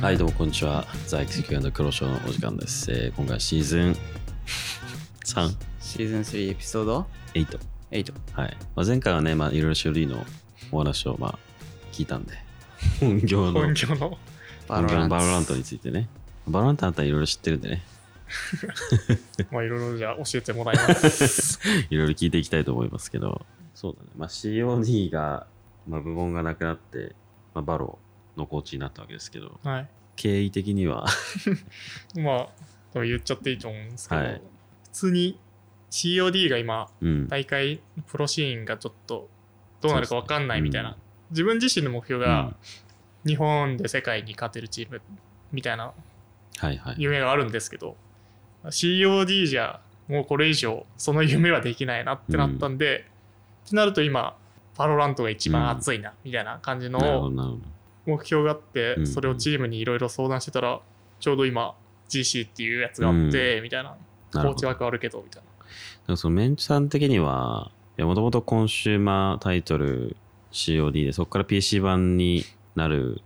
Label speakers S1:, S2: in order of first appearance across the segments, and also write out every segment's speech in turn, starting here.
S1: はい、どうもこんにちは。在籍球の黒潮のお時間です。えー今回シーズン3、
S2: シーズン3エピソード
S1: 8。
S2: 8。
S1: はい。まあ、前回はね、まあ、いろいろ種類のお話を、まあ、聞いた んで、本業の、
S3: 本業 の
S2: バ
S1: 本業の
S2: ロ
S1: バロラ
S2: ラ
S1: ン
S2: ン
S1: ト
S2: ト
S1: についてね。バロラントだったらいろいろ知ってるんでね、
S3: まあいろいろじゃあ教えてもらいます。
S1: いろいろ聞いていきたいと思いますけど、そうだね。まあ、COD が、まあ、部門がなくなって、まあ、バロのコーチになったわけですけど、
S3: は
S1: 経緯的に は、
S3: い。まあ多分言っちゃっていいと思うんですけど、
S1: はい
S3: 普通に COD が今
S1: うん。
S3: 大会プロシーンがちょっとどうなるか分かんないみたいな、
S1: うん
S3: 自分自身の目標
S1: う
S3: が
S1: ん
S3: 日本で世界に勝てるチームみたいな
S1: はいはい。
S3: 夢があるんですけど COD じゃもうこれ以上その夢はできないなってなったんで、ってなると今パロラントが一番熱いなみたいな感じの
S1: なるほ
S3: を
S1: ど、なるほど。
S3: 目標があって、
S1: うん
S3: それをチームにいろいろ相談してたらちょうど今 GC っていうやつがあって、みたいなコ
S1: なるほ
S3: ー
S1: ど
S3: チ枠あるけどみたい
S1: でもそのメンチさん的には、もともとコンシューマータイトル COD で、そこから PC 版になる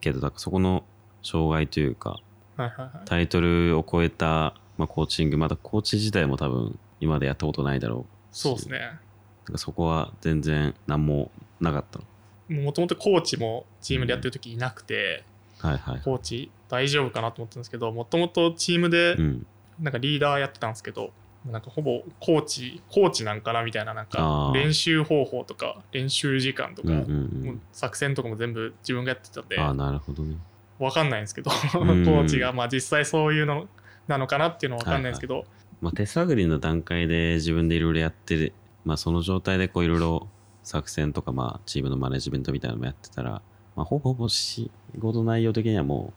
S1: けど、なんかそこの障害というか、
S3: な、はいはいはい、
S1: タイトルを超えた、まあ、コーチング、またコーチ自体も多分今までやったことないだろうし。
S3: そうですね
S1: なんかそこは全然何もなかったの。
S3: もともとコーチもチームでやってる時いなくて、
S1: はいはいはい。
S3: コーチ大丈夫かなと思ったんですけどもともとチームで
S1: うん。
S3: なんかリーダーやってたんですけど、なんかほぼコーチコーチなんかなみたいななん
S1: あ
S3: か
S1: ー
S3: 練習方法とか練習時間と
S1: うん
S3: か、
S1: うん
S3: もう作戦とかも全部自分がやってたん
S1: う
S3: で
S1: ん。ああ、なるほどね。
S3: わかんないんですけど、
S1: ん
S3: コーチが、まあ、実際そういうのなのかなっていうのはわかんないんですけど、
S1: まあ、手探りの段階で自分でいろいろやってる、まあ、その状態でこういろいろ作戦とか、まあ、チームのマネジメントみたいなのもやってたら、まあ、ほぼほぼ仕事内容的にはも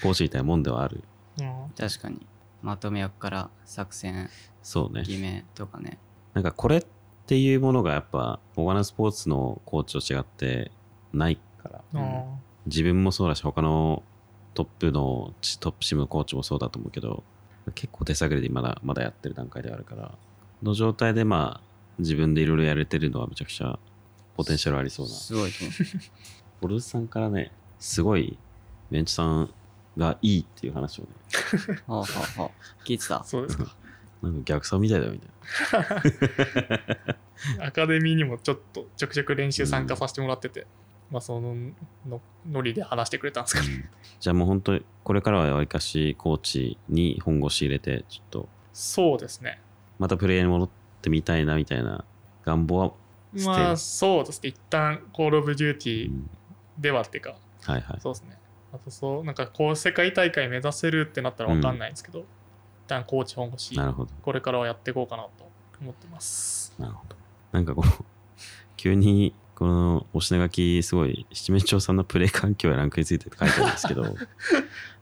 S1: う講師みたいなもんではある
S3: うん
S2: 確かに。まとめ役から作戦、
S1: そうね
S2: 決めとかね。
S1: なんかこれっていうものがやっぱ他のスポーツのコーチと違ってないから
S3: あー
S1: 自分もそうだし他のトップのチトップチームのコーチもそうだと思うけど結構手探りでまだまだやってる段階ではあるからの状態でまあ自分でいろいろやれてるのはめちゃくちゃポテンシャルありそうな
S2: すごいと思
S1: ボルズさんからねすごいメンチさんがいいっていう話をね
S2: う。はあはあはあ。聞いてた。
S3: そうですか。
S1: なんか逆さみたいだよみたい
S3: アカデミーにもちょっとちょくちょく練習参加させてもらってて、まあ、そののノリで話してくれたんですか
S1: な、
S3: ね。
S1: じゃあもう本当にこれからはわりかしコーチに本腰入れてちょっと
S3: そうですね。
S1: またプレーに戻ってみたいなみたいな願望は、
S3: まあ、そうですね。一旦、コール・オブ・デューテ
S1: う
S3: ィー
S1: ん
S3: ではっていうか、
S1: はいはい
S3: そうですね。あと、そう、なんか、こう、世界大会目指せるってなったらわかんないんですけど、一旦、コーチ本腰、
S1: なるほど
S3: これからはやっていこうかなと思ってます。
S1: なるほど。なんかこう、 急に、このお品書き、すごい、七面鳥さんのプレイ環境やランクについてって書いてあるんですけ ど、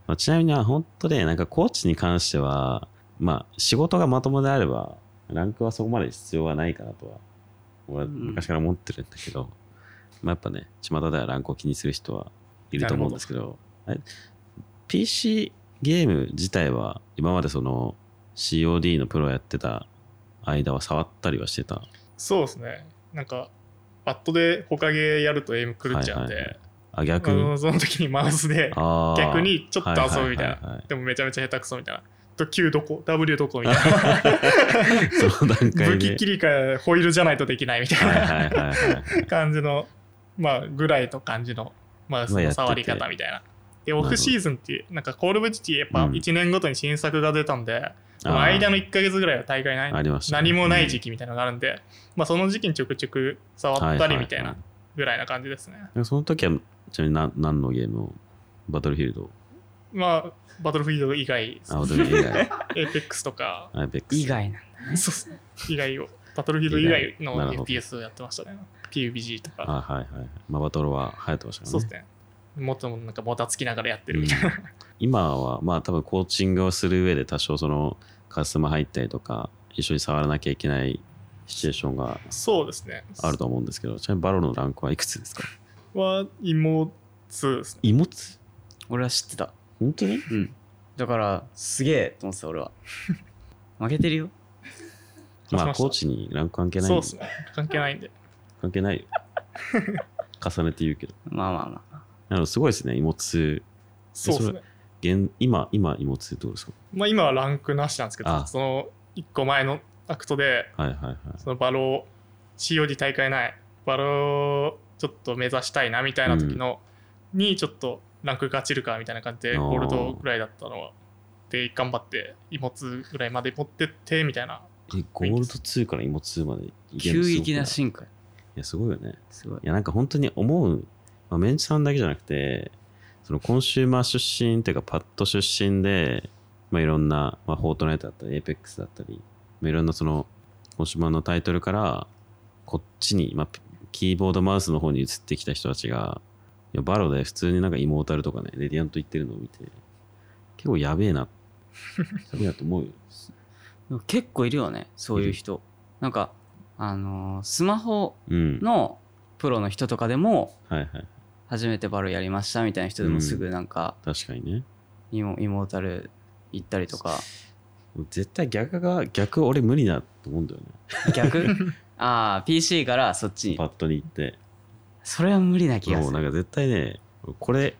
S1: まあ、ちなみには本当で、なんかコーチに関しては、まあ、仕事がまともであれば、ランクはそこまで必要はないかなとは、俺は
S2: うん
S1: 昔から思ってるんだけど、まあ、やっぱね、巷ではランクを気にする人はいると思うんですけど、あれ PC ゲーム自体は、今までその COD のプロやってた間は触ったりはしてた
S3: そうですね。なんか、バットで他ゲーやるとエイム狂っちゃうんで、
S1: はいはいはいあ、逆に
S3: あ。のその時にマウスで、
S1: あー
S3: 逆にちょっと遊ぶみたい
S1: ははは
S3: な。でもめちゃめちゃ下手くそみたいな。と Q どこ ?W どこみたいな。
S1: いはいその段階 で。
S3: 武器切り替え、ホイールじゃないとできないみたい
S1: はい
S3: な
S1: はいはいはい。
S3: 感じの、まあ、ぐらいの感じのマウスの触り方みたいな。で、オフシーズンっていう、なんか、コールブジティやっぱ
S1: うん
S3: 1年ごとに新作が出たんで、その間の1ヶ月ぐらいは大会ない
S1: あーありましたね
S3: 何もない時期みたいなのがあるんで、まあ、その時期にちょくちょく触ったりみたいなぐらいな感じですね。
S1: な。その時は、ちなみに何何のゲームをバトルフィールド
S3: まあ、バトルフィールド以外、
S1: あ、バトルフィールド以 外。
S3: エイペックスとか、
S1: アイペックス
S2: 以。外なんだ。
S3: そうっすね以外を、バトルフィールド以外
S1: なるほ
S3: の
S1: ど
S3: FPS をやってましたね。PUBG とか、
S1: あはいはいはい。まあ、バトルは流行ってましたからね。
S3: そうですね。もっとなんかもたつきながらやってるみたいな。
S1: 今はまあ多分コーチングをする上で多少そのカスタマー入ったりとか一緒に触らなきゃいけないシチュエーションが
S3: そうですね。
S1: あると思うんですけどちなみにバロのランクはいくつですか
S3: は、妹ですね。
S1: イモツ
S2: 俺は知ってた。
S1: 本当に
S2: うん。だから、すげえと思ってた、俺は。負けてるよ。
S3: 勝ちました
S1: まあコーチにランク関係ない
S3: そうですね。関係ないんで。
S1: 関係ないよ重ねて言うけど
S2: まあまあまあ。
S1: なるほどすごいですね、イモツ
S3: そうですね。
S1: ー。現今、今、イモツーどうですか
S3: まあ今はランクなしなんですけど、
S1: あ
S3: その1個前のアクトで、
S1: はいはいはい。
S3: そのバロー、COD 大会ない、バローちょっと目指したいなみたいな時の、にちょっとランクが落ちるかみたいな感じで、
S1: あー
S3: ゴールドぐらいだったのは、で、頑張って、イモツぐらいまで持ってって、みたいな。
S1: え、ゴールド2からイモツーまでいけるのすご
S2: 急
S1: くい
S2: 激な進化。
S1: いや、すごいよね。
S2: すごい
S1: い。や、なんか本当に思う、まあ、メンチさんだけじゃなくて、そのコンシューマー出身っていうか、パッド出身で、まあ、いろんな、まあ、フォートナイトだったり、エイペックスだったり、まあ、いろんなその、コンシューマーのタイトルから、こっちに、まあ、キーボードマウスの方に移ってきた人たちが、いやバロで普通になんかイモータルとかね、レディアント行ってるのを見て、結構やべえな、やべえなと思うよ。
S2: でも結構いるよね、そういう人。なんか、あのースマホ
S1: うん。
S2: のプロの人とかでも、
S1: はいはい。
S2: 初めてバロやりましたみたいな人で
S1: う
S2: も
S1: ん
S2: すぐなんか、
S1: 確かにね。
S2: イモイモータル行ったりとか、
S1: 絶対逆が、逆俺無理だと思うんだよね。
S2: 逆 ああ、PC からそっちに
S1: パ。ッドに行って。
S2: それは無理な気が
S1: もう
S2: す
S1: な
S2: る。
S1: んか絶対ねこれ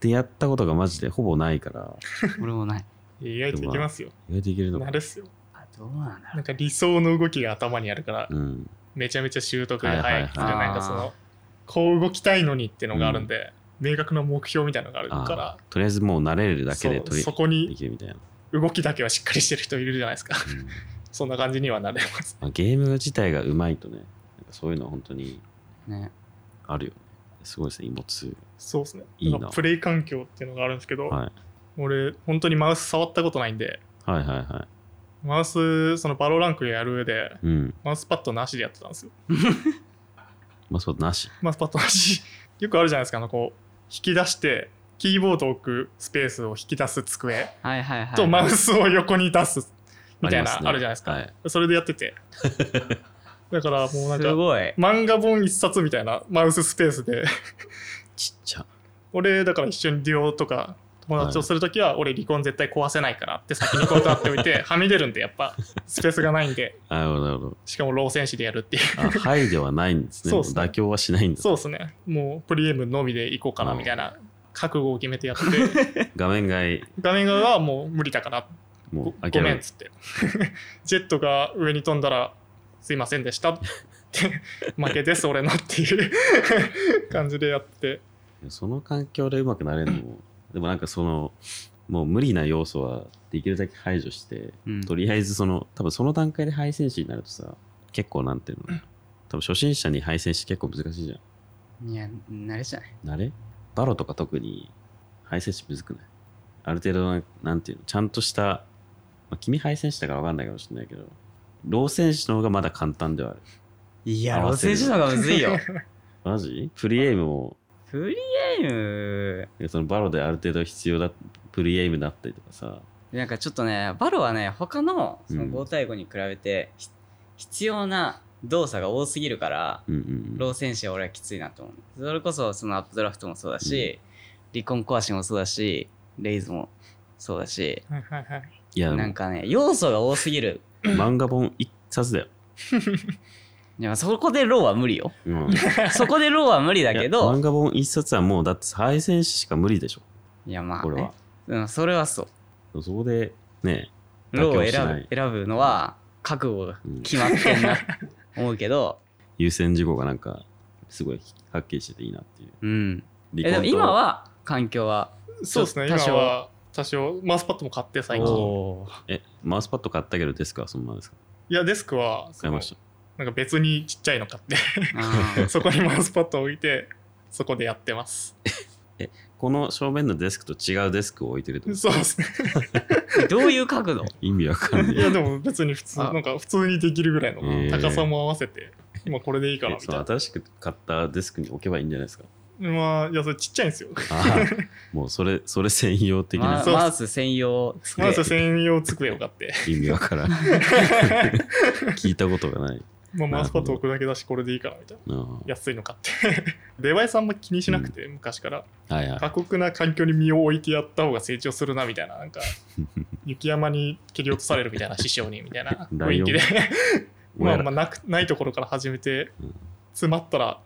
S1: でやったことがマジでほぼないから
S2: 俺もない。
S3: 意外とできますよ。
S1: 意外といけるの
S3: な
S1: か
S3: るっすよ。
S2: あどうなんだろ
S3: なんか理想の動きが頭にあるから、
S1: うん
S3: めちゃめちゃ習得が早いとか、
S1: はい
S2: はいはい
S3: なんかそ
S2: あー
S3: の、こう動きたいのにってのがあるんで、明確な目標みたいなのがある
S1: あ
S3: か
S1: ーとりあえずもう慣れる
S3: ら、
S1: だけで
S3: そう
S1: とり
S3: そこ
S1: で
S3: に
S1: きるみたいな、
S3: 動きだけはしっかりしてる人いるじゃないですか。
S1: うん
S3: そんな感じにはなれます。
S1: まあ、ゲーム自体がうまいとねなんかそういうのは本当に
S2: うね。
S1: あるよねすごいですねイモツ
S3: そうですね。
S1: いいな
S3: なんかプレイ環境っていうのがあるんですけど、
S1: はい
S3: 俺、本当にマウス触ったことないんで、
S1: はいはいは
S3: マウス、そのバロランクやる上で、
S1: いうん
S3: マウスパッドなしでやってたんですよ。
S1: まあそうなし
S3: マウスパッドなし。 よくあるじゃないですか、あの、こう、引き出して、キーボードを置くスペースを引き出す机
S2: はいはいはい。
S3: とマウスを横に出すみた
S1: り
S3: いな、
S1: ますね
S3: あるじゃないですか。
S1: はい
S3: それでやっ てて。だからもうなん
S2: す
S3: か、
S2: ごい。
S3: 漫画本一冊みたいなマウススペースで、
S1: ちっちゃ
S3: 俺、だから一緒にデュオとか友達をするときは、俺離婚絶対壊せないからって先に断っておいて、はみ出るんで、やっぱ、スペースがないんで、
S1: あなるほどなるほど
S3: しかも老戦士でやるっていう。
S1: あはいではないんですね
S3: そうっすね
S1: もう妥協はしないんです
S3: そうですね。もう、プリエムのみで行こうかなみたいな覚悟を決めてやって、
S1: 画面外
S3: 画面側はもう無理だから、
S1: も
S3: ご
S1: う
S3: ご
S1: 諦
S3: め
S1: め
S3: んっ
S1: る
S3: つって。 ジェットが上に飛んだら、すいませんでしたって、負けです、俺のっていう 感じでやって。
S1: その環境でうまくなれるの もでもなんかそのもう無理な要素はできるだけ排除して
S2: うん
S1: とりあえずその多分その段階で敗戦士になるとさ結構なんていうの多分初心者に敗戦士結構難しいじゃ
S2: いや、慣れじゃない。
S1: ん慣れバロとか特に敗戦士むずくないある程度ななんていうのちゃんとした、まあ、君敗戦士だから分かんないかもしれないけど老戦士の方がまだ簡単ではある
S2: いや、
S1: 合わ
S2: ロ
S1: せる
S2: セジの方がむずい よ。
S1: マジプリエイムも
S2: フリーエイム、
S1: そのバロである程度必要だプリエイムだったりとかさ
S2: なんかちょっとね、バロはね、他のその
S1: うん
S2: 5対5に比べて、ひ必要な動作が多すぎるから、
S1: うんうんうん
S2: ロー戦士は俺はきついなと思う。それこそ、そのアップドラフトもそうだし、離婚壊しもそうだし、レイズもそうだし、
S3: はいはいはい。
S1: いやでも
S2: なんかね、要素が多すぎる。
S1: 漫画本一冊だよ、
S2: いや、そこでローは無理 よ。
S1: うん、
S2: そこでローは無理だけ
S1: いや漫
S2: ど、
S1: 画本一冊はもうだって敗戦士しか無理でしょ
S2: いや、まあ、
S1: これは
S2: ね、うん、それはそう。
S1: そこでね
S2: ロー
S1: 妥協
S2: を
S1: しな
S2: 選
S1: い
S2: ぶ選ぶのは覚悟が
S1: うん
S2: 決まってんな思うけど、
S1: 優先事項がなんかすごいはっきりしてていいなっていう
S2: うん、
S1: 離
S2: えでも
S1: 婚と
S2: 今は環境は
S3: そうですね、
S2: 多
S3: 今
S2: 少
S3: は多少、マウスパッドも買って最近。
S2: おー
S1: えマウスパッド買ったけどデスクはそのままですか
S3: いや、デスクは、そ
S1: 買い
S3: の
S1: ました
S3: なんか別にちっちゃいの買 って、
S2: あー
S3: そこにマウスパッドを置いて、そこでやってます。
S1: この正面のデスクと違うデスクを置いてるってこと
S3: そうで すね。
S2: どういう角度
S1: 意味わかん
S3: い
S1: ね
S3: や、でも別に普通、
S2: あ
S3: なんか普通にできるぐらいの
S1: へー
S3: 高さも合わせて、今これでいい
S1: え
S3: から
S1: え
S3: み
S1: そ
S3: たい
S1: の
S3: な。
S1: 新しく買ったデスクに置けばいいんじゃない ですか
S3: まあ、いや、それちっちゃいんですよ。
S1: ああもうそれそれ専用的
S2: ま
S1: な
S3: そう
S2: マウス専用
S3: ま
S2: 机
S3: ず専用机を 買って、
S1: 意味わ からん聞いたことがない
S3: まあ、
S1: な
S3: マ
S1: るほど
S3: ウスパッド置くだけだし、これでいいからみたいな。
S1: うん
S3: 安いの買って。 デバイスあんま気にしなくて、昔から。
S1: はいはい
S3: 過酷な環境に身を置いてやった方が成長するなみたい な、なんか、雪山に蹴り落とされるみたいな、師匠にみたいな
S1: ラ
S3: 雰
S1: イ
S3: 囲
S1: オン
S3: 気で。ま
S1: 親
S3: あ
S1: ら
S3: まあなくないところから始めて
S1: うん、
S3: 詰まったら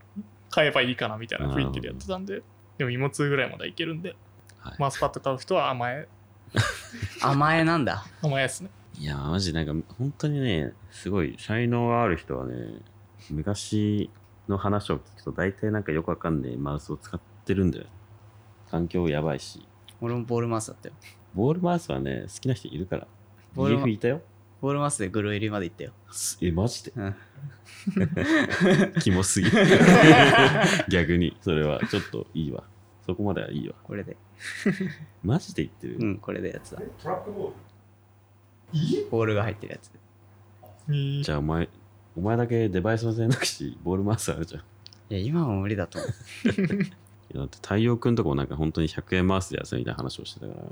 S3: 買えばいいかなみたいな雰囲気でやってたんで、でも芋2ぐらいまでいけるんで、
S1: はい
S3: マウスパッド買う人は甘え、
S2: 甘えなんだ。
S3: 甘えですね。
S1: いやー、マジなんか、本当にね、すごい、才能がある人はね、昔の話を聞くと、大体なんかよくわかんないマウスを使ってるんだよ。環境やばいし。
S2: 俺もボールマウスだったよ。
S1: ボールマウスはね、好きな人いるから。
S2: ボールマ
S1: DF いたよ。
S2: ボールマウスでグロ入りまで行ったよ。
S1: すえ、マジで
S2: うん。
S1: キモ すぎ。逆に、それは、ちょっといいわ。そこまではいいわ。
S2: これで。
S1: マジで言ってる。
S2: うん、これでやつだ。
S4: トラックボール
S2: ボールが入ってるやつ。
S3: に
S1: じゃあ、お前、お前だけデバイスのせいなくし、ボールマウスあるじゃん。
S2: いや、今も無理だと思う。
S1: いやだって太陽くんとかもなんか本当に100円マウスでやってたみたいな話をしてたから、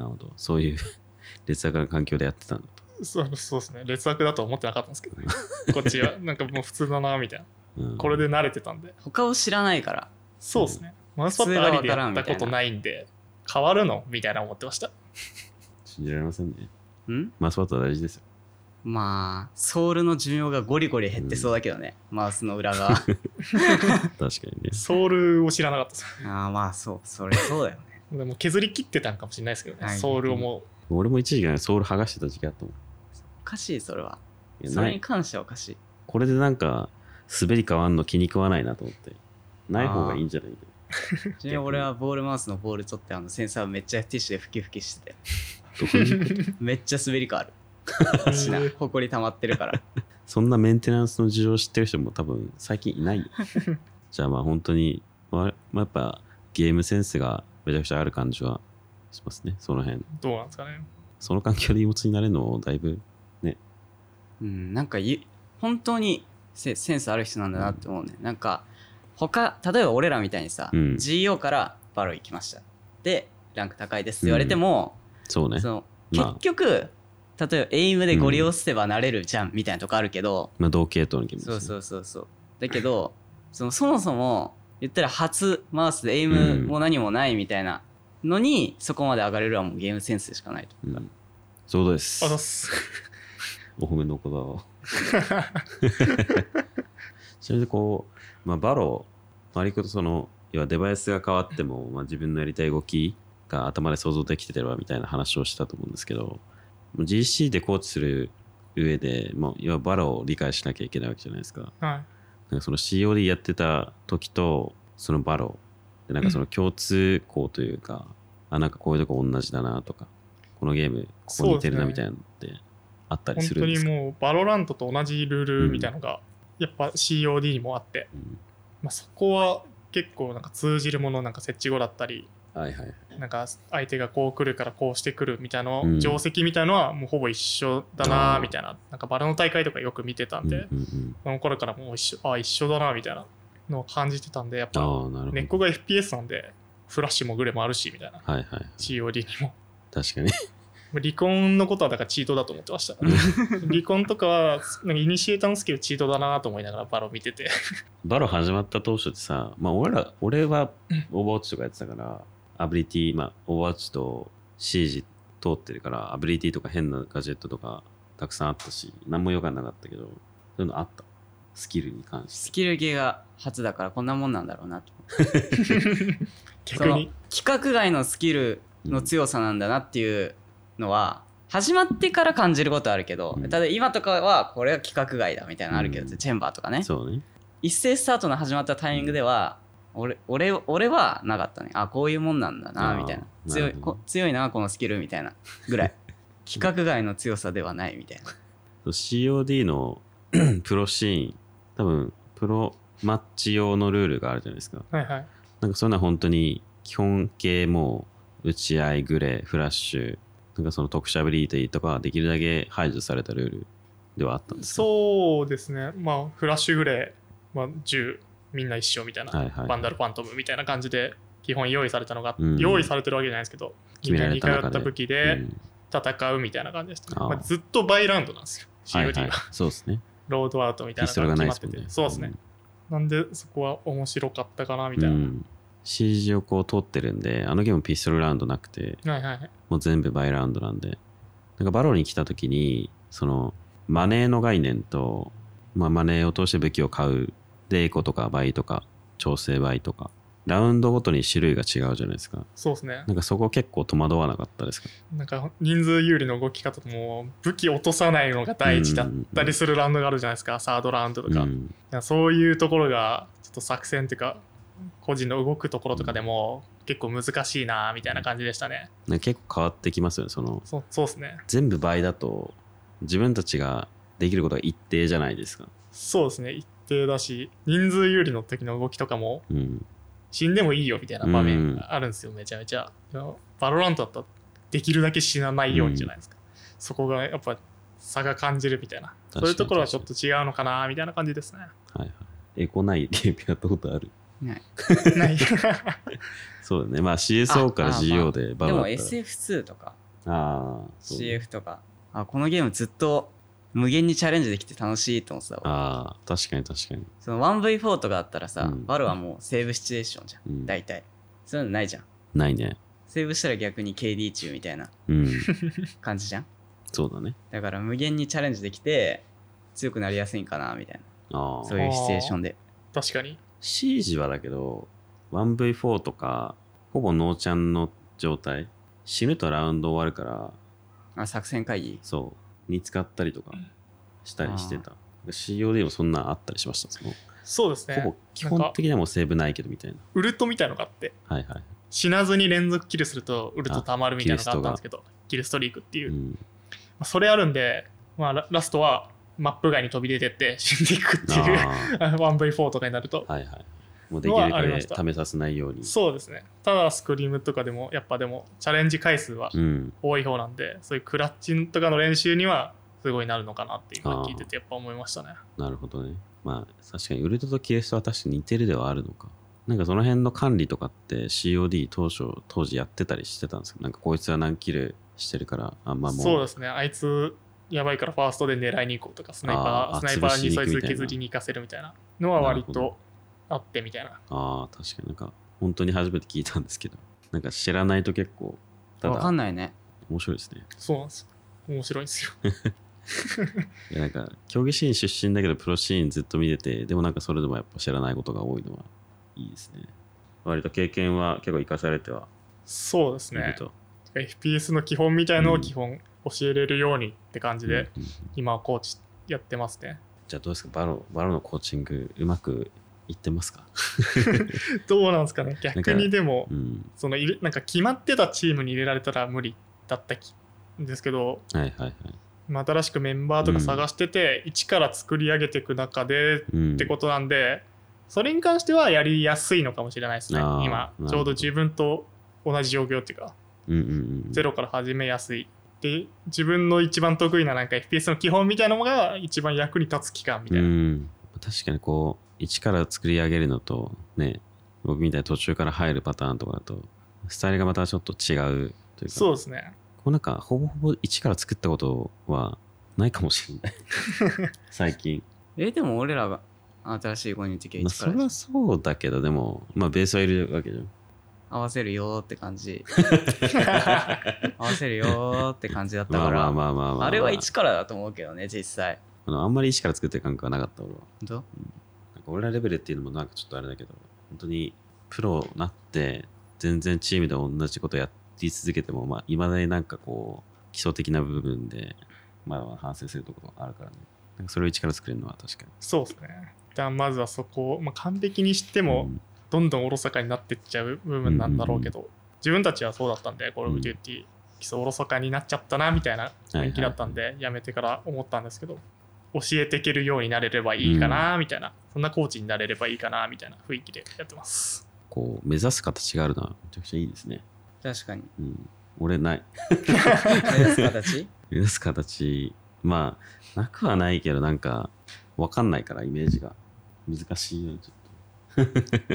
S1: なるほど。そういう 劣悪な環境でやってたんだと。
S3: そうそうですね、劣悪だとは思ってなかったんですけどね、 こっちは、なんかもう普通だな、みたいな。
S1: うん
S3: これで慣れてたんで。
S2: 他を知らないから。
S3: そうですね。マウスパッドありでや
S2: 普通がわ
S3: っ
S2: からんみ
S3: た
S2: たい
S3: こ
S2: な
S3: とないんで、変わるのみたいな思ってました。
S1: 信じられませんね。
S2: ん
S1: マウスパッドは大事ですよ。
S2: まあ、ソールの寿命がゴリゴリ減ってそうだけどね。マウスの裏 側。
S1: 確かにね。
S3: ソウルを知らなかったです。
S2: ああ、まあそう、それそうだよね。
S3: でも削り切ってたんかもしれないですけどね、
S2: はい
S3: ソウルをも
S1: 俺も一時期ねソール剥がしてた時期あったもん。
S2: おかしい、それは。
S1: いや
S2: そ
S1: な
S2: れ
S1: い
S2: に関してはおかしい。
S1: これでなんか、滑り変わんの気に食わないなと思って。ない方がいいんじゃないみたいな
S2: ちなみに俺はボールマウスのボール取って、あの、センサーめっちゃティッシュでふきふきしてて。
S1: どこに
S2: めっちゃ滑り感ある。
S3: う、
S2: し な、ほこり溜まってるから。
S1: そんなメンテナンスの事情を知ってる人も多分最近いない よ。じゃあまあ本当に、まあまあやっぱゲームセンスがめちゃくちゃある感じはしますね。その辺。
S3: どうなんですかね。
S1: その環境で荷物になれるのもだいぶ
S2: うん、なんかゆ、本当にセセンスある人なんだなって思うね。なんか、他、例えば俺らみたいにさ、
S1: うん
S2: GO からバロ行きました。で、ランク高いですって言われても、
S1: そうね
S2: そ。の
S1: まあ
S2: 結局、例えばエイムでゴリ押せばなれるじゃんみたいなとこあるけど、
S1: まあ、同系統のゲームです、
S2: そ
S1: ね。
S2: うそうそうそう。だけど、そのそもそも、言ったら初マウスでエイムも何もないみたいなのに、そこまで上がれるはもうゲームセンスしかないと。
S1: うんそういうことです
S3: あ。ざっす。
S1: お褒めの言葉を。ちなみにこう、まあ、バロー、マリコとその、要はデバイスが変わっても、まあ、自分のやりたい動きが頭で想像できててればみたいな話をしたと思うんですけど、もう GC でコーチする上で、もう要はバローを理解しなきゃいけないわけじゃないですか。
S3: は
S1: なんかその COD やってた時とそのバローでなんかその共通項というか、あなんかこういうとこ同じだなとかこのゲームここ似てるな
S3: そう
S1: みた
S3: です
S1: い
S3: ね
S1: なのってあった
S3: い。
S1: り
S3: 本
S1: す
S3: 当
S1: るんで
S3: に
S1: すか、
S3: もう、バロラントと同じルールみたいなのが、やっぱ COD にもあって、まあ、そこは結構なんか通じるもの、なんか設置後だったり、
S1: うんはいはい
S3: なんか相手がこう来るからこうしてくるみたいなの、
S1: うん
S3: 定石みたいのはもうほぼ一緒だな
S1: あー
S3: みたいな、なんかバラの大会とかよく見てたんで、
S1: うんうんうん
S3: その頃からもう一緒、あ、一緒だなみたいなのを感じてたんで、やっ
S1: ああ
S3: ぱ
S1: なるほど、
S3: 根っこが FPS なんで、フラッシュもグレもあるしみたいな、
S1: はいはい
S3: COD にも。
S1: 確か に
S3: 離婚のことはだからチートだと思ってました。離婚とかは、なんかイニシエーターのスキルチートだなと思いながらバロ見てて。
S1: バロー始まった当初ってさ、まあ、俺ら俺はオーバーウォッチとかやってたからアビリティまあオーバーウォッチと CG 通ってるからアビリティとか変なガジェットとかたくさんあったし何も予感なかったけどそういうのあったスキルに関して
S2: スキル系が初だからこんなもんなんだろうなと。
S3: 逆に。
S2: その規格外のスキルの強さなんだなっていうのは始まってから感じることはあるけど、
S1: うん
S2: ただ今とかはこれは規格外だみたいなのあるけど、
S1: うん
S2: チェンバーとかね
S1: そうね。
S2: 一斉スタートの始まったタイミングでは、俺俺俺はなかったねあこういうもんなんだな
S1: あー
S2: みたいな
S1: なる
S2: 強い
S1: ほど
S2: こ強いなこのスキルみたいなぐ らい規格外の強さではないみたいな
S1: COD の プロシーン、多分、プロマッチ用のルールがあるじゃないですか。
S3: はいはい。
S1: なんかそういうのは本当に基本形もう打ち合い、グレー、フラッシュ、なんかその特殊アビリティとかできるだけ排除されたルールではあったんですけど
S3: そうですね。まあ、フラッシュグレー、まあ、銃、みんな一緒みたいな、
S1: はいはい
S3: バンダルファントムみたいな感じで、基本用意されたのが、
S1: うん
S3: 用意されてるわけじゃないですけど、
S1: 決め
S3: みんな
S1: られ
S3: に通
S1: た中で
S3: った武器
S1: う
S3: で
S1: ん
S3: 戦うみたいな感じでした、ね
S1: あー
S3: まあ、ずっとバイラウンドなんですよ、
S1: はい
S3: COD
S1: は
S3: は。
S1: い。そうですね。
S3: ロードアウトみたい
S1: ピ
S3: な
S1: ストルが
S3: 感じ
S1: ない
S3: に
S1: で
S3: なっ
S1: す
S3: て
S1: もんね。
S3: て、そうですね。なんで、そこは面白かったかなみたいな。
S1: うん。CG をこう通ってるんで、あのゲームピストルラウンドなくて、
S3: はいはいはい。
S1: もう全部バイラウンドなんで。なんかバローに来た時に、その、マネーの概念と、まあ、マネーを通して武器を買う、デーコとか倍とか、調整倍とか、ラウンドごとに種類が違うじゃないですか。
S3: そうですね
S1: なんかそこ結構戸惑わなかったですか。
S3: なんか人数有利の動き方ともう武器落とさないのが第一だったりするラウンドがあるじゃないですかサードラウンドとか、
S1: う
S3: い
S1: ん
S3: やそういうところがちょっと作戦というか個人の動くところとかでも結構難しいなみたいな感じでしたね
S1: なんか結構変わってきますよね。その
S3: そそうですね
S1: 全部倍だと自分たちができることが一定じゃないですか。
S3: そうですね一定だし人数有利の時の動きとかも
S1: うん。
S3: 死んでもいいよみたいな場
S1: う
S3: 面
S1: ん
S3: あるんですよ、めちゃめちゃ。いやバロラントだったらできるだけ死なないようにじゃないですか。そこがやっぱ差が感じるみたいな。
S1: か
S3: そ
S1: に
S3: ういうところはちょっと違うのかなみたいな感じですね。
S1: はいはい。エコないゲームやったことある。
S3: ない
S1: そうだね。まあ CSO から
S2: ああ
S1: GO でバ
S2: で
S1: ブ
S2: も
S1: だったら。
S2: SF2 とか
S1: ああ、そう
S2: CF とかあこのゲームずっと無限にチャレンジできて楽しいと思ってたわ
S1: ああ、確かに確かに。
S2: その 1V4 とかだったらさ、
S1: うん
S2: バルはもうセーブシチュエーションじゃん
S1: うん、
S2: 大体そういうのないじゃん
S1: ないね。
S2: セーブしたら逆に KD 中みたいな
S1: うん。
S2: 感じじゃん
S1: そうだね。
S2: だから無限にチャレンジできて強くなりやすいんかなみたい
S1: あ
S2: な
S1: あ
S2: そう。いうシチュエーションで
S3: 確かに。
S1: シージはだけど、1V4 とか、ほぼノーチャンの状態。死ぬとラウンド終わるから、
S2: あ作戦会議
S1: そう、見つかったりとかしたりしてた。COD もそんなんあったりしました。その
S3: そうですね。
S1: ほぼ基本的にはもうセーブないけどみたいな。
S3: ウルトみたいのがあって、
S1: はいはい。
S3: 死なずに連続キルするとウルト溜まるみたいなのがあったんですけど、キルストリークっていうう。ま
S1: ん、
S3: あそれあるんで、まあララストはマップ外に飛び出てって死んでいくっていう、
S1: あ
S3: 1V4 とかになると
S1: あ、。はいはい。もうできる
S3: のは
S1: だ
S3: ありま
S1: け
S3: した
S1: ためさせないように。
S3: そうですね。ただスクリームとかでも、やっぱでも、チャレンジ回数は
S1: うん。
S3: 多い方なんで、そういうクラッチとかの練習には、すごいなるのかなっていうのを聞いてて、やっぱ思いましたね。
S1: なるほどね。まあ確かにウルトとキエストは確かに似てるではあるのか。なんかその辺の管理とかって COD 当初、当時やってたりしてたんですけど、なんかこいつは何キルしてるから、あんまあもう。
S3: そうですね。あいつ、やばいからファーストで狙いに行こうとか、スナイパ
S1: あー
S3: ー、スナイパーにそ
S1: 潰
S3: い
S1: しに行くみた
S3: つ
S1: いな
S3: 削りに行かせるみたいなのは割
S1: なるほ
S3: とあってみたいな。
S1: ああ、確かになんか本当に初めて聞いたんですけど、なんか知らないと結構、た
S2: わかん
S1: だ
S2: ないね
S1: 面白いですね。
S3: そうなんですよ。面白いんですよ。
S1: いやなんか競技シーン出身だけどプロシーンずっと見てて、でもなんかそれでもやっぱ知らないことが多いのはいいですね。割と経験は結構生かされては
S3: そうです
S1: いる
S3: ね。
S1: と。
S3: FPS の基本みたいの
S1: う
S3: を
S1: ん
S3: 基本教えれるようにって感じで、
S1: うんうん
S3: 今はコーチやってますね。
S1: じゃあどうですかバロ、バロのコーチングうまくいってますか
S3: どうなんですかね。逆にでも、
S1: うん。
S3: その入れなんか決まってたチームに入れられたら無理だったきんですけど、
S1: はいはいはい。
S3: まあ新しくメンバーとか探してて、一から作り上げていく中でっ
S1: うん、
S3: てことなんで、それに関してはやりやすいのかもしれないですね
S1: あー
S3: 今
S1: なるほど
S3: ちょうど自分と同じ状況っていうか、
S1: うんうんうん、
S3: ゼロから始めやすいで自分の一番得意ななんか FPS の基本みたいなのが一番役に立つ期間みたいな、
S1: うん。確かにこう、一から作り上げるのと、ね、僕みたいに途中から入るパターンとかだと、スタイルがまたちょっと違うというか、
S3: そう
S1: こ
S3: ですね
S1: うなんか、ほぼほぼ一から作ったことはないかもしれ ない。最近。
S2: えでも俺らが新しい5人的
S1: まあ、
S2: 1か
S1: そ
S2: ら
S1: れはそうだけど、でも、まあ、ベースはいるわけじゃん。
S2: 合わせるよーって感 じ合わせるよーって感じだった
S1: まあ
S2: から、
S1: まあまあまあまあ、ま
S2: あれは一からだと思うけどね実際
S1: あのあんまり一から作ってる感覚はなかった、俺は。
S2: 本当
S1: なんか俺らレベルっていうのもなんかちょっとあれだけど、本当にプロなって、全然チームで同じことやり続けても、まあ、いまだになんかこう、基礎的な部分で、まだまだ反省するところがあるからね。なんかそれを一から作れるのは確かに。
S3: そうですねじゃあまずはそこを、まあ、完璧にしても、
S1: うん
S3: どんどんおろそかになってっちゃう部分なんだろうけど、自分たちはそうだったんで、コール・オブ・デューティー、基礎おろそかになっちゃったなみたいな雰囲気だったんで、やめてから思ったんですけど、教えていけるようになれればいいかなみたいな、そんなコーチになれればいいかなみたいな雰囲気でやってます。
S1: こう、目指す形があるのはめちゃくちゃいいですね。
S2: 確かに
S1: うん。俺ない。
S2: 目指 す形
S1: 目指す形、まあ、なくはないけど、なんか、わかんないから、イメージが。難しいよ、ちょっと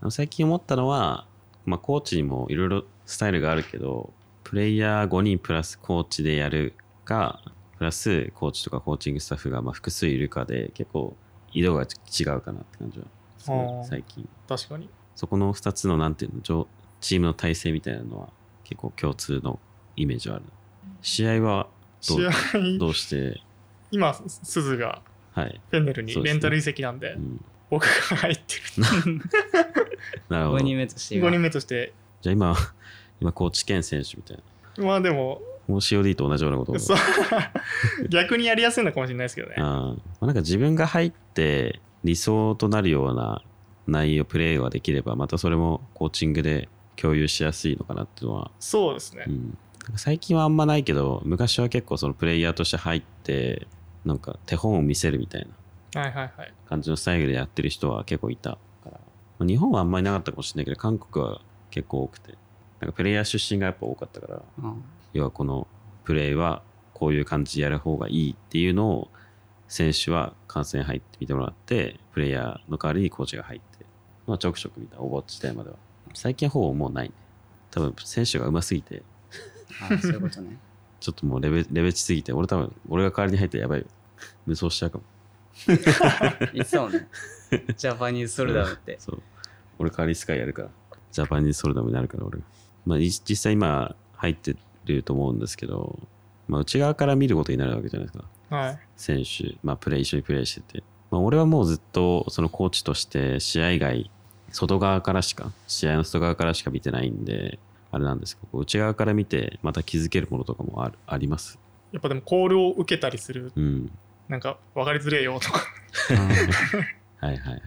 S1: あの。最近思ったのは、まあ、コーチにもいろいろスタイルがあるけど、プレイヤー5人プラスコーチでやるか、プラスコーチとかコーチングスタッフがまあ複数いるかで、結構、色が違うかなって感じはすごい、
S3: あー
S1: 最近。
S3: 確かに。
S1: そこの2つの、なんていうの、上チームの体制みたいなのは、結構共通のイメージはある。試合はどう
S3: 試合、
S1: どうして、
S3: 今、すずが
S1: はい。
S3: フェンネルに
S1: そうですね
S3: レンタル移籍なんで、
S1: うん
S3: 僕が入ってる。
S1: なるほ
S2: 5
S1: ど。
S2: 人
S1: じ
S2: 目として
S3: 5
S2: 今
S3: 人目として
S1: ゃあ今、今、高知県選手みたいな。
S3: まあでも
S1: もう COD と同じようなことを。
S3: そう 逆にやりやすいのかもしれないですけどね
S1: うんまあ、なんか自分が入って理想となるような内容プレイができればまたそれもコーチングで共有しやすいのかなっていうのは、
S3: そうですね
S1: うん、なんか最近はあんまないけど昔は結構そのプレイヤーとして入ってなんか手本を見せるみたいな
S3: はいはいはい
S1: 感じのスタイルでやってる人は結構いたから、まあ日本はあんまりなかったかもしれないけど韓国は結構多くてなんかプレイヤー出身がやっぱ多かったから
S2: うん
S1: 要はこのプレイはこういう感じでやる方がいいっていうのを選手は観戦入ってみてもらってプレイヤーの代わりにコーチが入って、まあ、ちょくちょく見たオーバーウォッチ自体までは最近はほぼもうないね多分選手が上手すぎて
S2: あそういうことね
S1: ちょっともうレベレベチすぎて俺多分俺が代わりに入ったらやばいよ無双しちゃうかも
S2: 言ってたもんねジャパニーズソルダーって
S1: そう俺代わりにスカイやるからジャパニーズソルダムになるから俺がまあい実際今入ってると思うんですけど、まあ、内側から見ることになるわけじゃないですか
S3: はい
S1: 選手、まあ、プレー一緒にプレーしてて、まあ、俺はもうずっとそのコーチとして試合以外外側からしか試合の外側からしか見てないんであれなんですけどこう内側から見てまた気づけるものとかもあるあります
S3: やっぱでもコールを受けたりする
S1: うん
S3: なんか分かりづれえよとか
S1: はいはいはい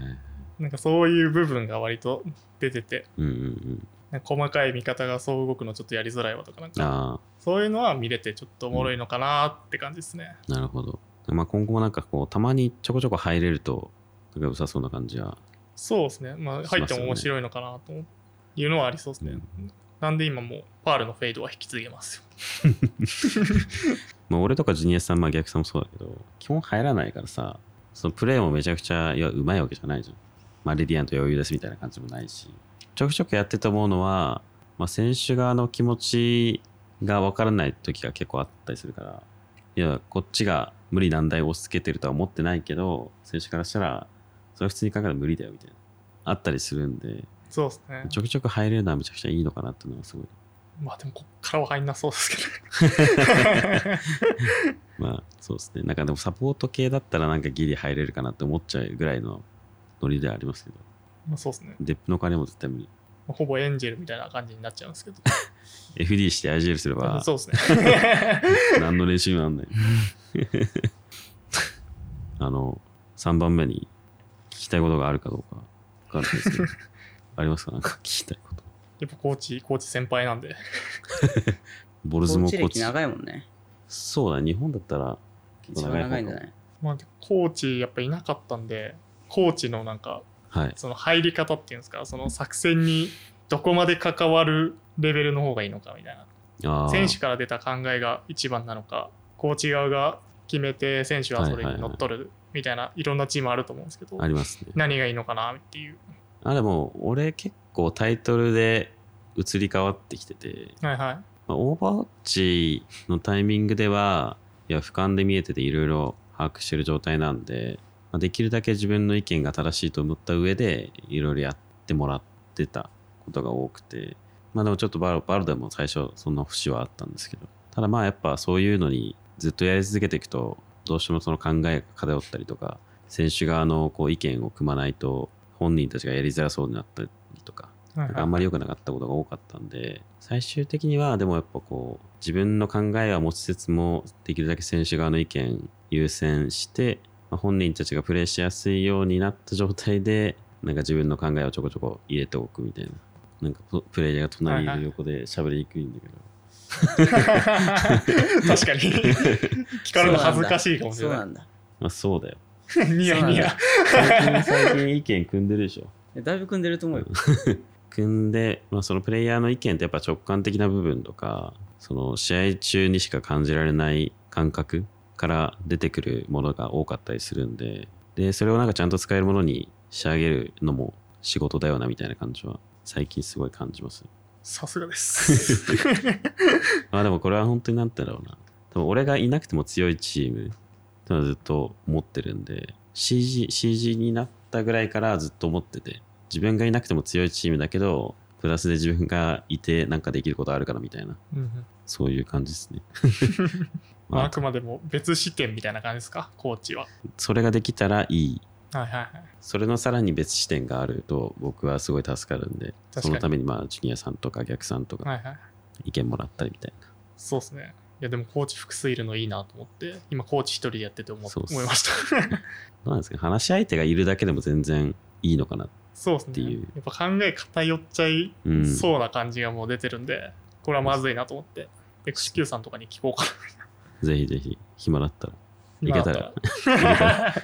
S3: なんかそういう部分が割と出てて
S1: うんうん
S3: なんか細かい見方がそう動くのちょっとやりづらいわとかなん
S1: うん
S3: か
S1: あ
S3: そういうのは見れてちょっとおもろいのかなって感じですね、
S1: あなるほど、まあ、今後もなんかこうたまにちょこちょこ入れるとなんか良さそうな感じが
S3: そうですねまあ入っても面白いのかなというのはありそうですね、
S1: う
S3: なんで今もうパールのフェードは引き継げますよ
S1: まあ、俺とかジュニアさん、まあ、逆さんもそうだけど、基本入らないからさ、そのプレーもめちゃくちゃ、いや、うまいわけじゃないじゃん。まあ、レディアント余裕ですみたいな感じもないし、ちょくちょくやってて思うのは、まあ、選手側の気持ちが分からない時が結構あったりするから、いや、こっちが無理難題を押し付けてるとは思ってないけど、選手からしたら、それは普通に考えたら無理だよみたいな、あったりするんで、
S3: そうですね
S1: ちょくちょく入れるのはめちゃくちゃいいのかなっていうのはすごい。
S3: まあでもこっからは入んなそうですけ
S1: まあそうですね。なんかでもサポート系だったらなんかギリ入れるかなって思っちゃうぐらいのノリではありますけど、
S3: ど まあそうですね
S1: デップの金も絶対無理。
S3: まあほぼエンジェルみたいな感じになっちゃうんですけど
S1: FD して IGL すれば
S3: そうですね
S1: 何の練習にもなんない。あの、3番目に聞きたいことがあるかどうかわかるんないですけど、ありますかなんか聞きたいこと。
S3: やっぱコーチコーチ先輩なんで
S1: ボルズ
S2: コー
S1: も
S2: チ
S1: コー
S2: 歴
S1: チ。
S2: 長いもんね
S1: そうだ、日本だったら、
S2: 一番長いんじゃない
S3: まあコーチやっぱいなかったんでコーチのなんか
S1: はい。
S3: その入り方っていうんですかその作戦にどこまで関わるレベルの方がいいのかみたいな
S1: あー
S3: 選手から出た考えが一番なのかコーチ側が決めて選手はそれにのっとるみたいないろんなチームあると思うんですけど
S1: ありますね。
S3: 何がいいのかなっていう
S1: あ、でも俺結構タイトルで移り変わってきてて、
S3: はいは
S1: まあオーバーウォッチのタイミングでは、いや、俯瞰で見えてていろいろ把握してる状態なんで、まあできるだけ自分の意見が正しいと思った上で、いろいろやってもらってたことが多くて、まあでもちょっとバルバルでも最初そんな節はあったんですけど、ただまあやっぱそういうのにずっとやり続けていくと、どうしてもその考えが偏ったりとか、選手側のこう意見を組まないと、本人たちがやりづらそうになったりとか、
S3: いはい
S1: なんかあんまり良くなかったことが多かったんで、最終的にはでもやっぱこう、自分の考えは持ちつつも、できるだけ選手側の意見優先して、まあ本人たちがプレーしやすいようになった状態で、なんか自分の考えをちょこちょこ入れておくみたいな。なんかププレイヤーが隣にいる横で喋りにくいんだけど。
S3: 確かに 聞かれるの恥ずかしいかもし
S2: そ
S3: れ
S2: う
S3: な
S2: ないんだ
S1: まあそうだよ。
S3: ニヤニヤ
S1: 最近、最近意見組んでるでしょ。
S2: えだいぶ組んでると思うよ
S1: 組んで、まあ、そのプレイヤーの意見ってやっぱ直感的な部分とかその試合中にしか感じられない感覚から出てくるものが多かったりするんででそれをなんかちゃんと使えるものに仕上げるのも仕事だよなみたいな感じは最近すごい感じます
S3: さすがです
S1: まあでもこれは本当になんてだろうな。多分俺がいなくても強いチームってのはずっと思ってるんで、CG、CG になったぐらいからずっと思ってて、自分がいなくても強いチームだけど、プラスで自分がいてなんかできることあるからみたいな、
S3: うんうん
S1: そういう感じです ね。
S3: まああ
S1: まあ、
S3: くまでも別視点みたいな感じですかコーチは
S1: それができたらいい
S3: はいはいはい。
S1: それのさらに別視点があると僕はすごい助かるんで
S3: 確かに
S1: そのためにまあジュニアさんとか逆さんとか
S3: はいはい。
S1: 意見もらったりみたいな、
S3: そうですね。いやでもコーチ複数いるのいいなと思って、今コーチ一人でやってて思っ
S1: そうっす
S3: 思いました。
S1: どうなんですかね話し相手がいるだけでも全然いいのかな
S3: そうです
S1: って
S3: ね
S1: いう。
S3: やっぱ考え偏っちゃい
S1: うん
S3: そうな感じがもう出てるんで、これはまずいなと思って、XQ さんとかに聞こうか
S1: ぜひぜひ暇だったら
S3: な。
S1: いけたら
S3: 今
S1: いけ
S3: だった
S1: た
S3: ら。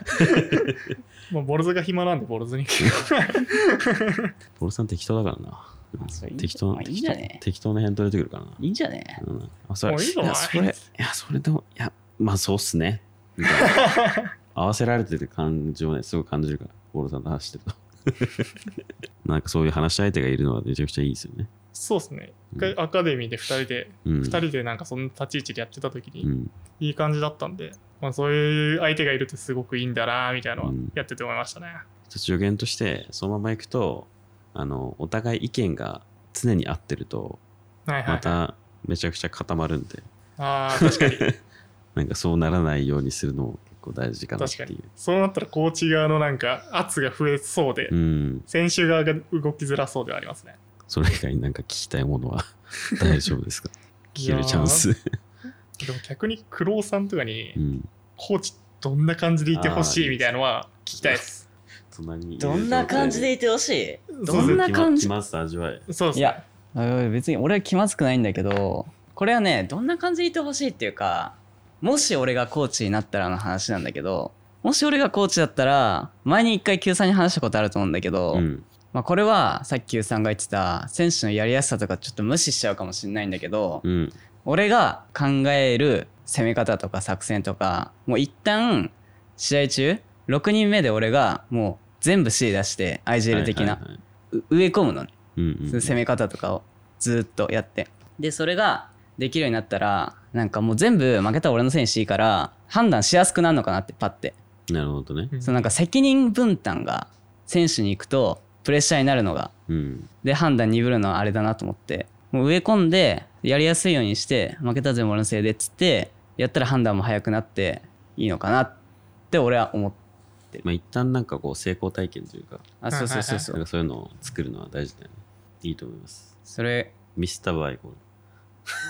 S3: まあボルズが暇なんでボル ズに聞く。
S1: ボルさん適当だからなうん
S2: それいいんじゃ
S1: 適当
S2: まあい
S1: 適
S2: いんじゃ
S1: 当
S2: ね
S1: 適当な返答出てくるからない
S2: いんじゃね
S1: うんあそれ
S3: もういいの
S1: やそれいやそれでもいやまあそうっすねみたいな合わせられてる感じをねすごい感じるからボルさんと話してるとなんかそういう話し相手がいるのはめちゃくちゃいいですよね、
S3: そうですね。一回アカデミーで2人で、
S1: うん、
S3: 2人でなんかそんな立ち位置でやってた時
S1: う
S3: に、
S1: ん、
S3: いい感じだったんで、まあ、そういう相手がいるとすごくいいんだなみたいなのはやってて思いましたね。
S1: 一つ助言としてそのまま行くとあのお互い意見が常に合ってると
S3: はいはい
S1: ま
S3: はい。
S1: ためちゃくちゃ固まるんで
S3: ああ、確かに。
S1: なんかそうならないようにするのも結構大事かなっていう。
S3: そうなったらコーチ側のなんか圧が増えそうで、
S1: うん、
S3: 選手側が動きづらそうではありますね。
S1: それ以外になんか聞きたいものは 大丈夫ですか聞けるチャンス。
S3: でも逆にクロウさんとかに、
S1: うん、
S3: コーチどんな感じでいてほし
S1: あ
S3: い
S1: ー
S3: みたいなのは聞きたいです。
S1: 隣にいる
S2: どんな感じでいてほしい
S3: そ
S2: どんな感じ
S1: 気まずさ味わえ。
S3: そうです
S2: い
S3: ね。
S2: やあ別に俺は気まずくないんだけどこれはねどんな感じでいてほしいっていうかもし俺がコーチになったらの話なんだけどもし俺がコーチだったら前に一回 Q さんに話したことあると思うんだけど、
S1: うん、
S2: まあ、これはさっき Q さんが言ってた選手のやりやすさとかちょっと無視しちゃうかもしれないんだけど、
S1: うん、
S2: 俺が考える攻め方とか作戦とかもう一旦試合中6人目で俺がもう全部 C 出して
S1: ジ
S2: IGL 的な、う植え込むのね
S1: うんうん
S2: その攻め方とかをずーっとやってでそれができるようになったらなんかもう全部負けた俺の選手いいから判断しやすくなるのかなってパッて
S1: なるほどね。
S3: うん
S2: そのなんか責任分担が選手に行くとプレッシャーになるのが
S1: うん、
S2: で判断鈍るのはあれだなと思ってもう植え込んでやりやすいようにして負けたぜ俺のせいでっつってやったら判断も早くなっていいのかなって俺は思っ
S1: まあ一旦なんかこう成功体験というか、
S2: あそうそうそうそ
S1: なん
S2: う
S1: かそういうのを作るのは大事だよね。いいと思います。
S2: それ
S1: ミスった場合こ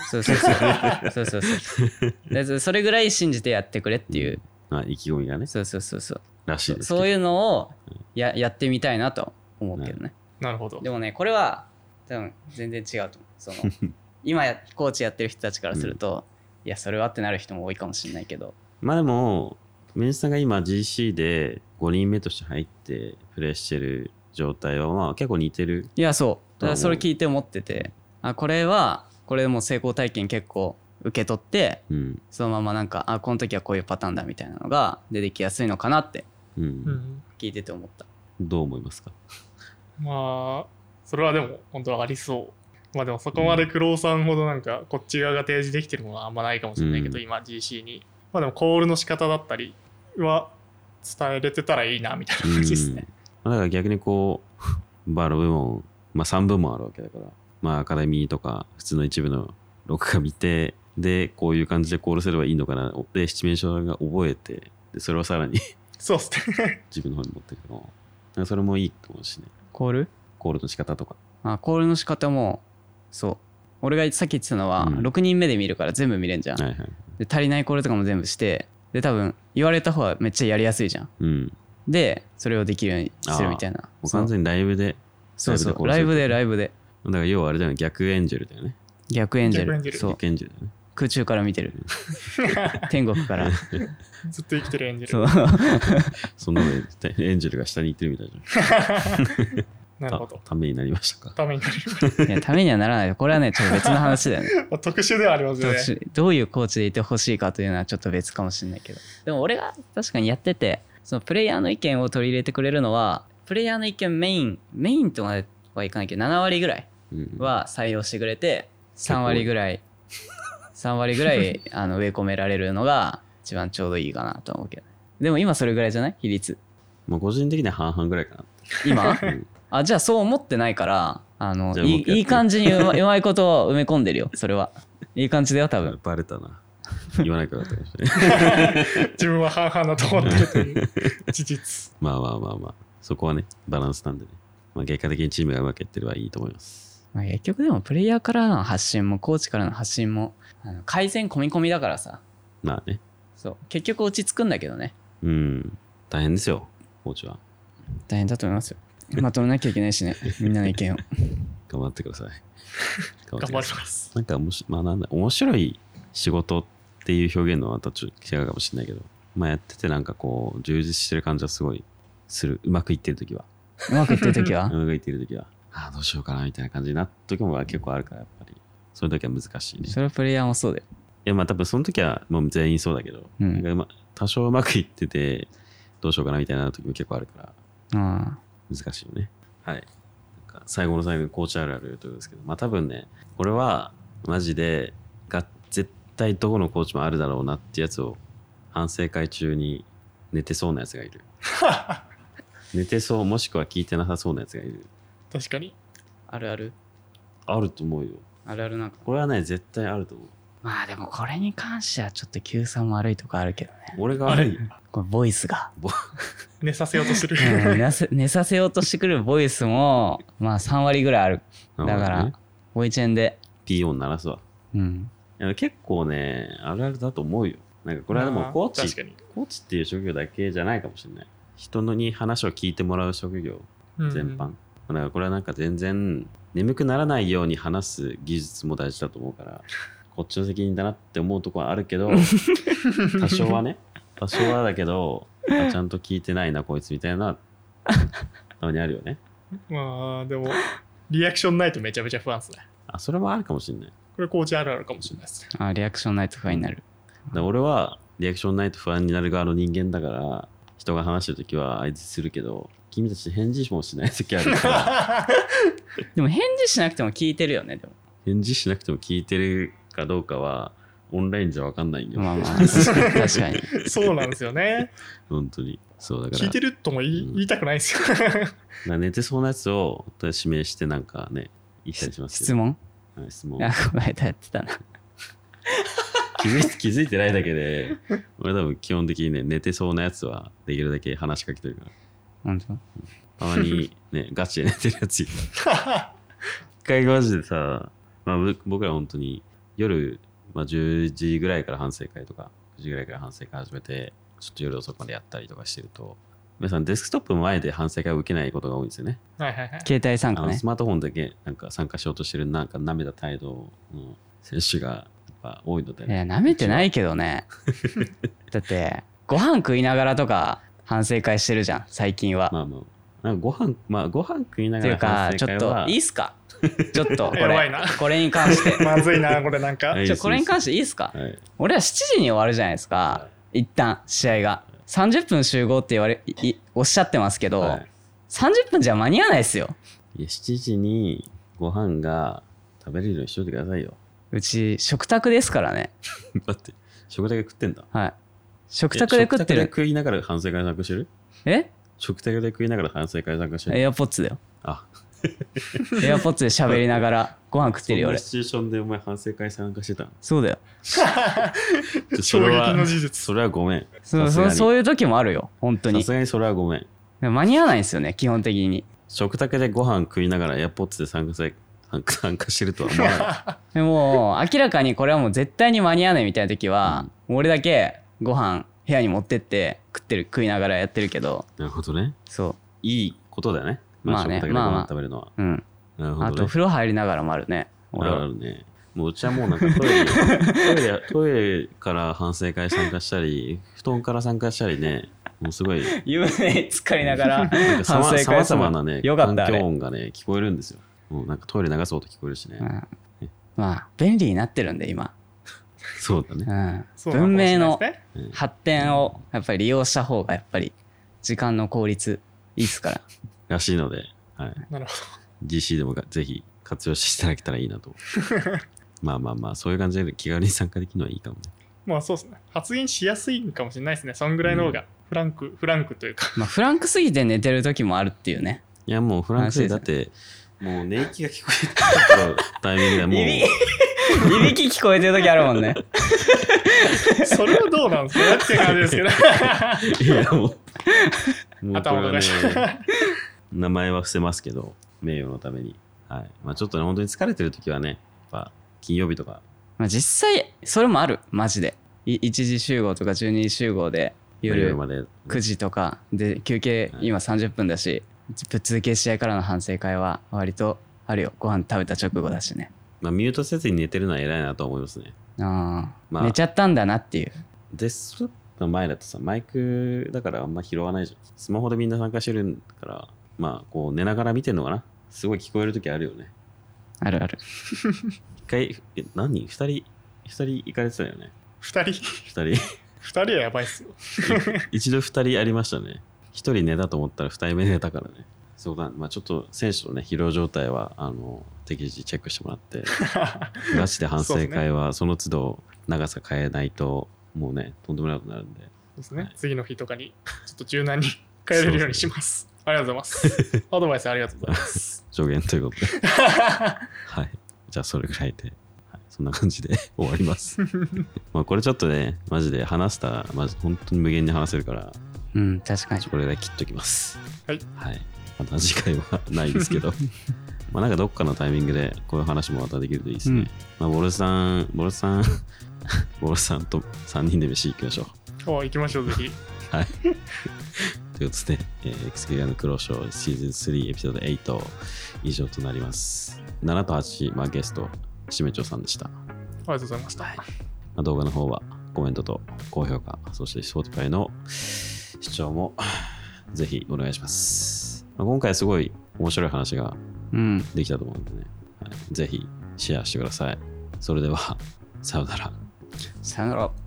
S2: そうそうそうそうそうそうでそそれぐらい信じてやってくれっていう
S1: う、まあ意気込みがね、
S2: そうそうそうそう
S1: らしいですけど。
S2: そういううのをややってみたいなと思うけどね
S3: なるほど。
S2: でもねこれは多分全然違うと思うその 今やコーチやってる人たちからすると、いやそれはってなる人も多いかもしれないけど
S1: まあでも、メンさんが今 GC で5人目として入ってプレーしてる状態は、まあ結構似てる。
S2: いやそう
S1: とは思
S2: だか
S1: う
S2: らそれ聞いて思っててあこれはこれでもう成功体験結構受け取って
S1: うん。
S2: そのままなんかあこの時はこういうパターンだみたいなのが出てきやすいのかなって
S1: うん。
S3: うん、
S2: 聞いてて思った
S1: どう思いますか
S3: まあ、それはでも本当はありそう。まあでもそこまでクロウさんほどなんかこっち側が提示できてるものはあんまないかもしれないけど、
S1: うん
S3: 今 GC に。まあでもコールの仕方だったりは伝えれてたらいいなみたいな
S1: うん
S3: 感じですね。
S1: まあだから逆にこう、バロ部門、まあ3部門あるわけだから、まあアカデミーとか普通の一部の録画見て、で、こういう感じでコールすればいいのかな。で、七面鳥が覚えて、で、それをさらに
S3: そうですね。
S1: 自分の方に持っていくの。だからそれもいいと思うしね。
S2: コール
S1: コールの仕方とか。
S2: あコールの仕方もそう俺がさっき言ってたのは、
S1: うん
S2: 6人目で見るから全部見れんじゃん、
S1: はいはい。
S2: で足りないコールとかも全部してで多分言われた方はめっちゃやりやすいじゃん
S1: うん。
S2: でそれをできるようにするみたいな
S1: もう
S2: その
S1: 完全にライブで、
S2: そうそう
S1: ラ
S2: ラ
S1: イ
S2: イ
S1: ブ
S2: ブ
S1: で
S2: でライブで
S1: だから要はあれだよね、逆エンジェルだよね。
S2: 逆エンジェ
S3: 逆
S2: ル
S3: エンジェル
S2: そう
S1: 逆エンジェルだよね。
S2: 空中から 見てる天国から
S3: ずっと生きてるエンジェ
S2: そ
S3: ル。
S2: う
S1: その上でエンジェルが下に行ってるみたいじゃん。
S3: なるほど
S1: た。ためになりましたか。
S3: ためになる。
S2: いやためにはならないこれはねちょっと別の話 だよね
S3: まあ特殊ではあります
S2: ど
S3: よ
S2: う
S3: ね。
S2: しどういうコーチでいてほしいかというのはちょっと別かもしれないけどでも俺が確かにやっててそのプレイヤーの意見を取り入れてくれるのはプレイヤーの意見メインメインとまではいかないけど7割ぐらい
S1: うん、
S2: は採用してくれて3割ぐらい3割ぐらいあの植え込められるのが一番ちょうどいいかなと思うけどでも今それぐらいじゃない比率
S1: まあ個人的には半々ぐらいか
S2: 今
S1: な。うん
S2: あじゃあそう思ってないからあの
S1: じゃあ
S2: い
S1: 僕やって
S2: いいい感じにうまうまいことを埋め込んでるよそれはいい感じだよ多分
S1: バレたな。 言わなきゃよかったかもしれない。
S3: 自分は半々だと思ってるという事実。
S1: まあまあまあまあ、そこはね、バランスなんでね。まあ、結果的にチームがうまくいってればいいと思います。
S2: まあ、結局でもプレイヤーからの発信もコーチからの発信もあの改善込み込みだからさ
S1: まあね。
S2: そう結局落ち着くんだけどね
S1: うん。大変ですよ、コーチは。
S2: 大変だと思 いますよまとめなきゃいけないしねみんなの意見を
S1: 頑張ってくだ さい。頑
S3: 頑張り
S1: ま。
S3: ますす。
S1: なんかおもし、まあなんだ、面白い仕事っていう表現のはまたちょっと違うかもしれないけど、まあやっててなんかこう、充実してる感じはすごいする。うまくいってるときは。
S2: うまくいってる時
S1: う
S2: は
S1: まくいってるときは、ああ、どうしようかなみたいな感じになった時も結構あるから、やっぱり。そういう時は難しいね。
S2: それはプレイヤーもそうだよ
S1: いやまあ多分その時はもう全員そうだけど、
S2: うん
S1: なんかま多少うまくいっててどうしようかなみたいな時も結構あるから
S2: あ
S1: 難しいよね。はい。なんか最後の最後にコーチあるあるということですけど、まあ多分ね、これはマジでが絶対どこのコーチもあるだろうなってやつを反省会中に寝てそうなやつが いる。寝てそうもしくは聞いてなさそうなやつがいる。
S3: 確かに。
S2: あるある
S1: あると思うよ。
S2: あるあるなんか
S1: これはね、絶対あると思う。
S2: まあでもこれに関してはちょっと Q さんも悪いとこあるけどね
S1: 俺が
S3: あ
S1: 悪
S3: れ
S1: い。
S2: これボイスが
S3: 寝させようとする。
S2: うん寝 せ寝させようとしてくるボイスもまあ3割ぐらいあるだか
S1: なるほど
S2: ら
S1: ね、
S2: ボイチェンで
S1: ピー音鳴らすわ。
S2: うん
S1: いや結構ね、あるあるだと思うよ。なんかこれはで
S3: ま
S1: も
S3: あ
S1: コーチ
S3: 確、かに。
S1: コーチっていう職業だけじゃないかもしれない。人のに話を聞いてもらう職業
S3: うん
S1: 全般。だからこれはなんか全然眠くならないように話す技術も大事だと思う から、こっちの責任だなって思うとこはあるけど、多少はね、多少はだけど、あちゃんと聞いてないな、こいつみたいな、たまにあるよね。
S3: まあ、でも、リアクションないとめちゃめちゃ不安ですね。
S1: あ、それはあるかもしれない。
S3: これ、コーチあるあるかもしれな いですね。
S2: あリアクションないと不安になる
S1: で俺はリアクションないと不安になる側の人間だから人が話してる時は相槌するけど君たち返事もしない時あるから
S2: でも返事しなくても聞いてるよねでも
S1: 返事しなくても聞いてるかどうかはオンラインじゃ分かんないよ、
S2: まあまあ 確かに
S3: そうなんですよね。
S1: 本当にそうだか
S3: 聞い
S1: ら
S3: てるとも言い,、
S1: うん
S3: 言いたくないですよ。
S1: だから寝てそうなやつを本当に指名してなんかね言ったりしますけ
S2: 質
S1: ど
S2: 問
S1: はい質問
S2: あこの間やってたな
S1: 気づい気づいてないだけで俺多分基本的にね寝てそうなやつはできるだけ話しかけてるから
S2: 本当
S1: たまに ねガチで寝てるやついる一回マジでさ、まあ、ぶ僕ら本当に夜、まあ、10時ぐらいから反省会とか9時ぐらいから反省会始めてちょっと夜遅くまでやったりとかしてると皆さんデスクトップの前で反省会を受けないことが多いんですよね
S3: はいはいはい。
S2: 携帯参
S1: あ
S2: 加
S1: の
S2: ね
S1: スマートフォンだけなんか参加しようとしてるなんか舐めた態度の選手がやっぱ多いので、
S2: いや舐めてないけどねだってご飯食いながらとか反省会してるじゃん最近は、
S1: まあまあなんかご飯まあご飯食いな
S2: って
S1: がら
S2: いうか
S1: 反
S2: ち
S1: 省
S2: ょっ
S1: 会
S2: と
S1: はい
S2: いっすかちょっ とこ
S3: やばい
S2: れ
S3: な
S2: これに 関して
S3: まずいな、これなんか。
S1: はい
S2: ちょこれに関していいっすか
S1: はい
S2: 俺ら7時に終わるじゃないですか
S1: は
S2: 一旦試合が30分集合って言われいいおっしゃってますけど、
S1: はい
S2: 30分じゃ間に合わないですよ
S1: いや7時にご飯が食べれるようにしといてくださいよ
S2: うち食卓ですからね
S1: 待って食卓で食ってんだ
S2: はい食卓で食って
S1: え食
S2: る
S1: 卓で食いながら反省会参加してる
S2: え
S1: 食卓で食いながら反省会参加してる
S2: エアポッツだよ
S1: あ
S2: エアポッツで喋りながらご飯食ってるよ
S1: そんな
S2: 俺
S1: シチュエーションでお前反省会参加してた の
S2: そうだよ
S1: ちょそ
S3: 衝
S1: れは
S3: 撃の事実。
S1: それはごめん
S2: そうそう
S1: さすが
S2: そういう時もあるよ本当
S1: に
S2: に
S1: さすがにそれはごめん
S2: 間に合わないんですよね基本的に
S1: 食卓でご飯食いながらエアポッツで参加せ参加参加してるとは思 わない
S2: でも明らかにこれはもう絶対に間に合わないみたいな時は、俺だけご飯部屋に持ってって食ってる食いながらやってるけど
S1: なるほどね
S2: そ
S1: いいことだよね、まあ、
S2: まあね
S1: 食卓でご
S2: まあまあ
S1: 飯食べるのは、
S2: ううん
S1: なるほ
S2: あ
S1: ど
S2: と
S1: ね
S2: 風呂入りながらもあるね俺
S1: あ
S2: は
S1: るねもううちはもうなんかトイレト イレトイレから反省会参加したり布団から参加したりねもうすごい
S2: 湯船浸かりなが ら
S1: なんかさ
S2: 反
S1: ま
S2: 省会
S1: さまざま
S2: する
S1: なね、
S2: よかったあ
S1: 環
S2: れ
S1: 境音がね、聞こえるんですよ。もうなんかトイレ流す音聞こえるしね。
S2: うんまあ便利になってるんで今、
S1: そうだね。
S2: うん
S3: そうなのか
S2: 文明
S3: もしれないです
S2: の
S3: ね
S1: うん
S2: 発展をやっぱり利用した方がやっぱり時間の効率いいっ すから
S1: らしいので、はい、
S3: なるほ
S1: GC でもがぜひ活用していただけたらいいなと。 まあまあまあ、そういう感じで気軽に参加できるのはいいかもね。
S3: ど。まあそうですね。発言しやすいんかもしれないですね。そんぐらいの方が。フランク、フランクというか。
S2: まあフランクすぎて寝てる時もあるってい うね
S1: いや、もうフランクで
S2: 安心
S1: だって、もう寝息が聞こえたタイミングでもう
S2: 耳いびき聞こえてる時あるもんね。
S3: それはどうなんですかっていう感じ ですけど。
S1: いや もうもうこ
S3: 頭
S1: れは
S3: おか
S1: ね
S3: しい。
S1: 名前は伏せますけど名誉のために、はいまあ、ちょっとね本当に疲れてる時はねやっぱ金曜日とか
S2: まあ実際、それもある。マジで。い1時集合とか12時集合で夜
S1: 夜まで
S2: 9時とかで休憩
S1: はい
S2: 今30分だし、ぶっ続け試合からの反省会は割とあるよ。ご飯食べた直後だしね。
S1: まあ、ミュートせずに寝てるのは偉いなと思いますね
S2: ああ、
S1: まあ
S2: 寝ちゃったんだなっていう。
S1: デスクトップの前だとさマイクだからあんま拾わないじゃんスマホでみんな参加してるからまあこう寝ながら見てるのかなすごい聞こえる時あるよね
S2: あるある。
S1: 一回え何二人二人行かれてたよね
S3: 二人、
S1: 二人
S3: 二人はやばいっ すよ。
S1: 一度二人ありましたね一人寝たと思ったら二人目寝たからねそうだ、まあ、ちょっと選手のね疲労状態はあの適時チェックしてもら ってガチで反省会はその都度長さ変えないともうねとんでもないことになるんで
S3: そうですね。次の日とかに、ちょっと柔 軟に変えれるようにします。ありがとうござい ます。アドバイスありがとうございます。
S1: 上限ということで はい。じゃあ、それぐらいで、はい、そんな感じで 終わり ます。まあ、これちょっとね、マジで話したら、マジ本当に無限に話せるから、
S2: うん、確かに。
S1: これで切っときます。
S3: はい。
S1: はい。また次回は ないですけど、まあ、なんかどっかのタイミングで、こういう話もまたできるといいですね。
S2: うん
S1: まあ、ボルさん、ボルさん、 ボルさんと3人で飯行きましょう。
S3: お行きましょう、ぜひ。
S1: はい。ということで、えー、XK の黒ショーシーズン3エピソード8以上となります。7と8、まあ、ゲスト、しめちょさんでした。
S3: ありがとうございました。
S1: まあ動画の方はコメントと高評価、そして Spotify の視聴もぜひお願いします。まあ、今回すごい面白い話が
S2: うん。
S1: できたと思うんでね、はいぜひシェアしてください。それでは、さようなら。
S2: さよなら。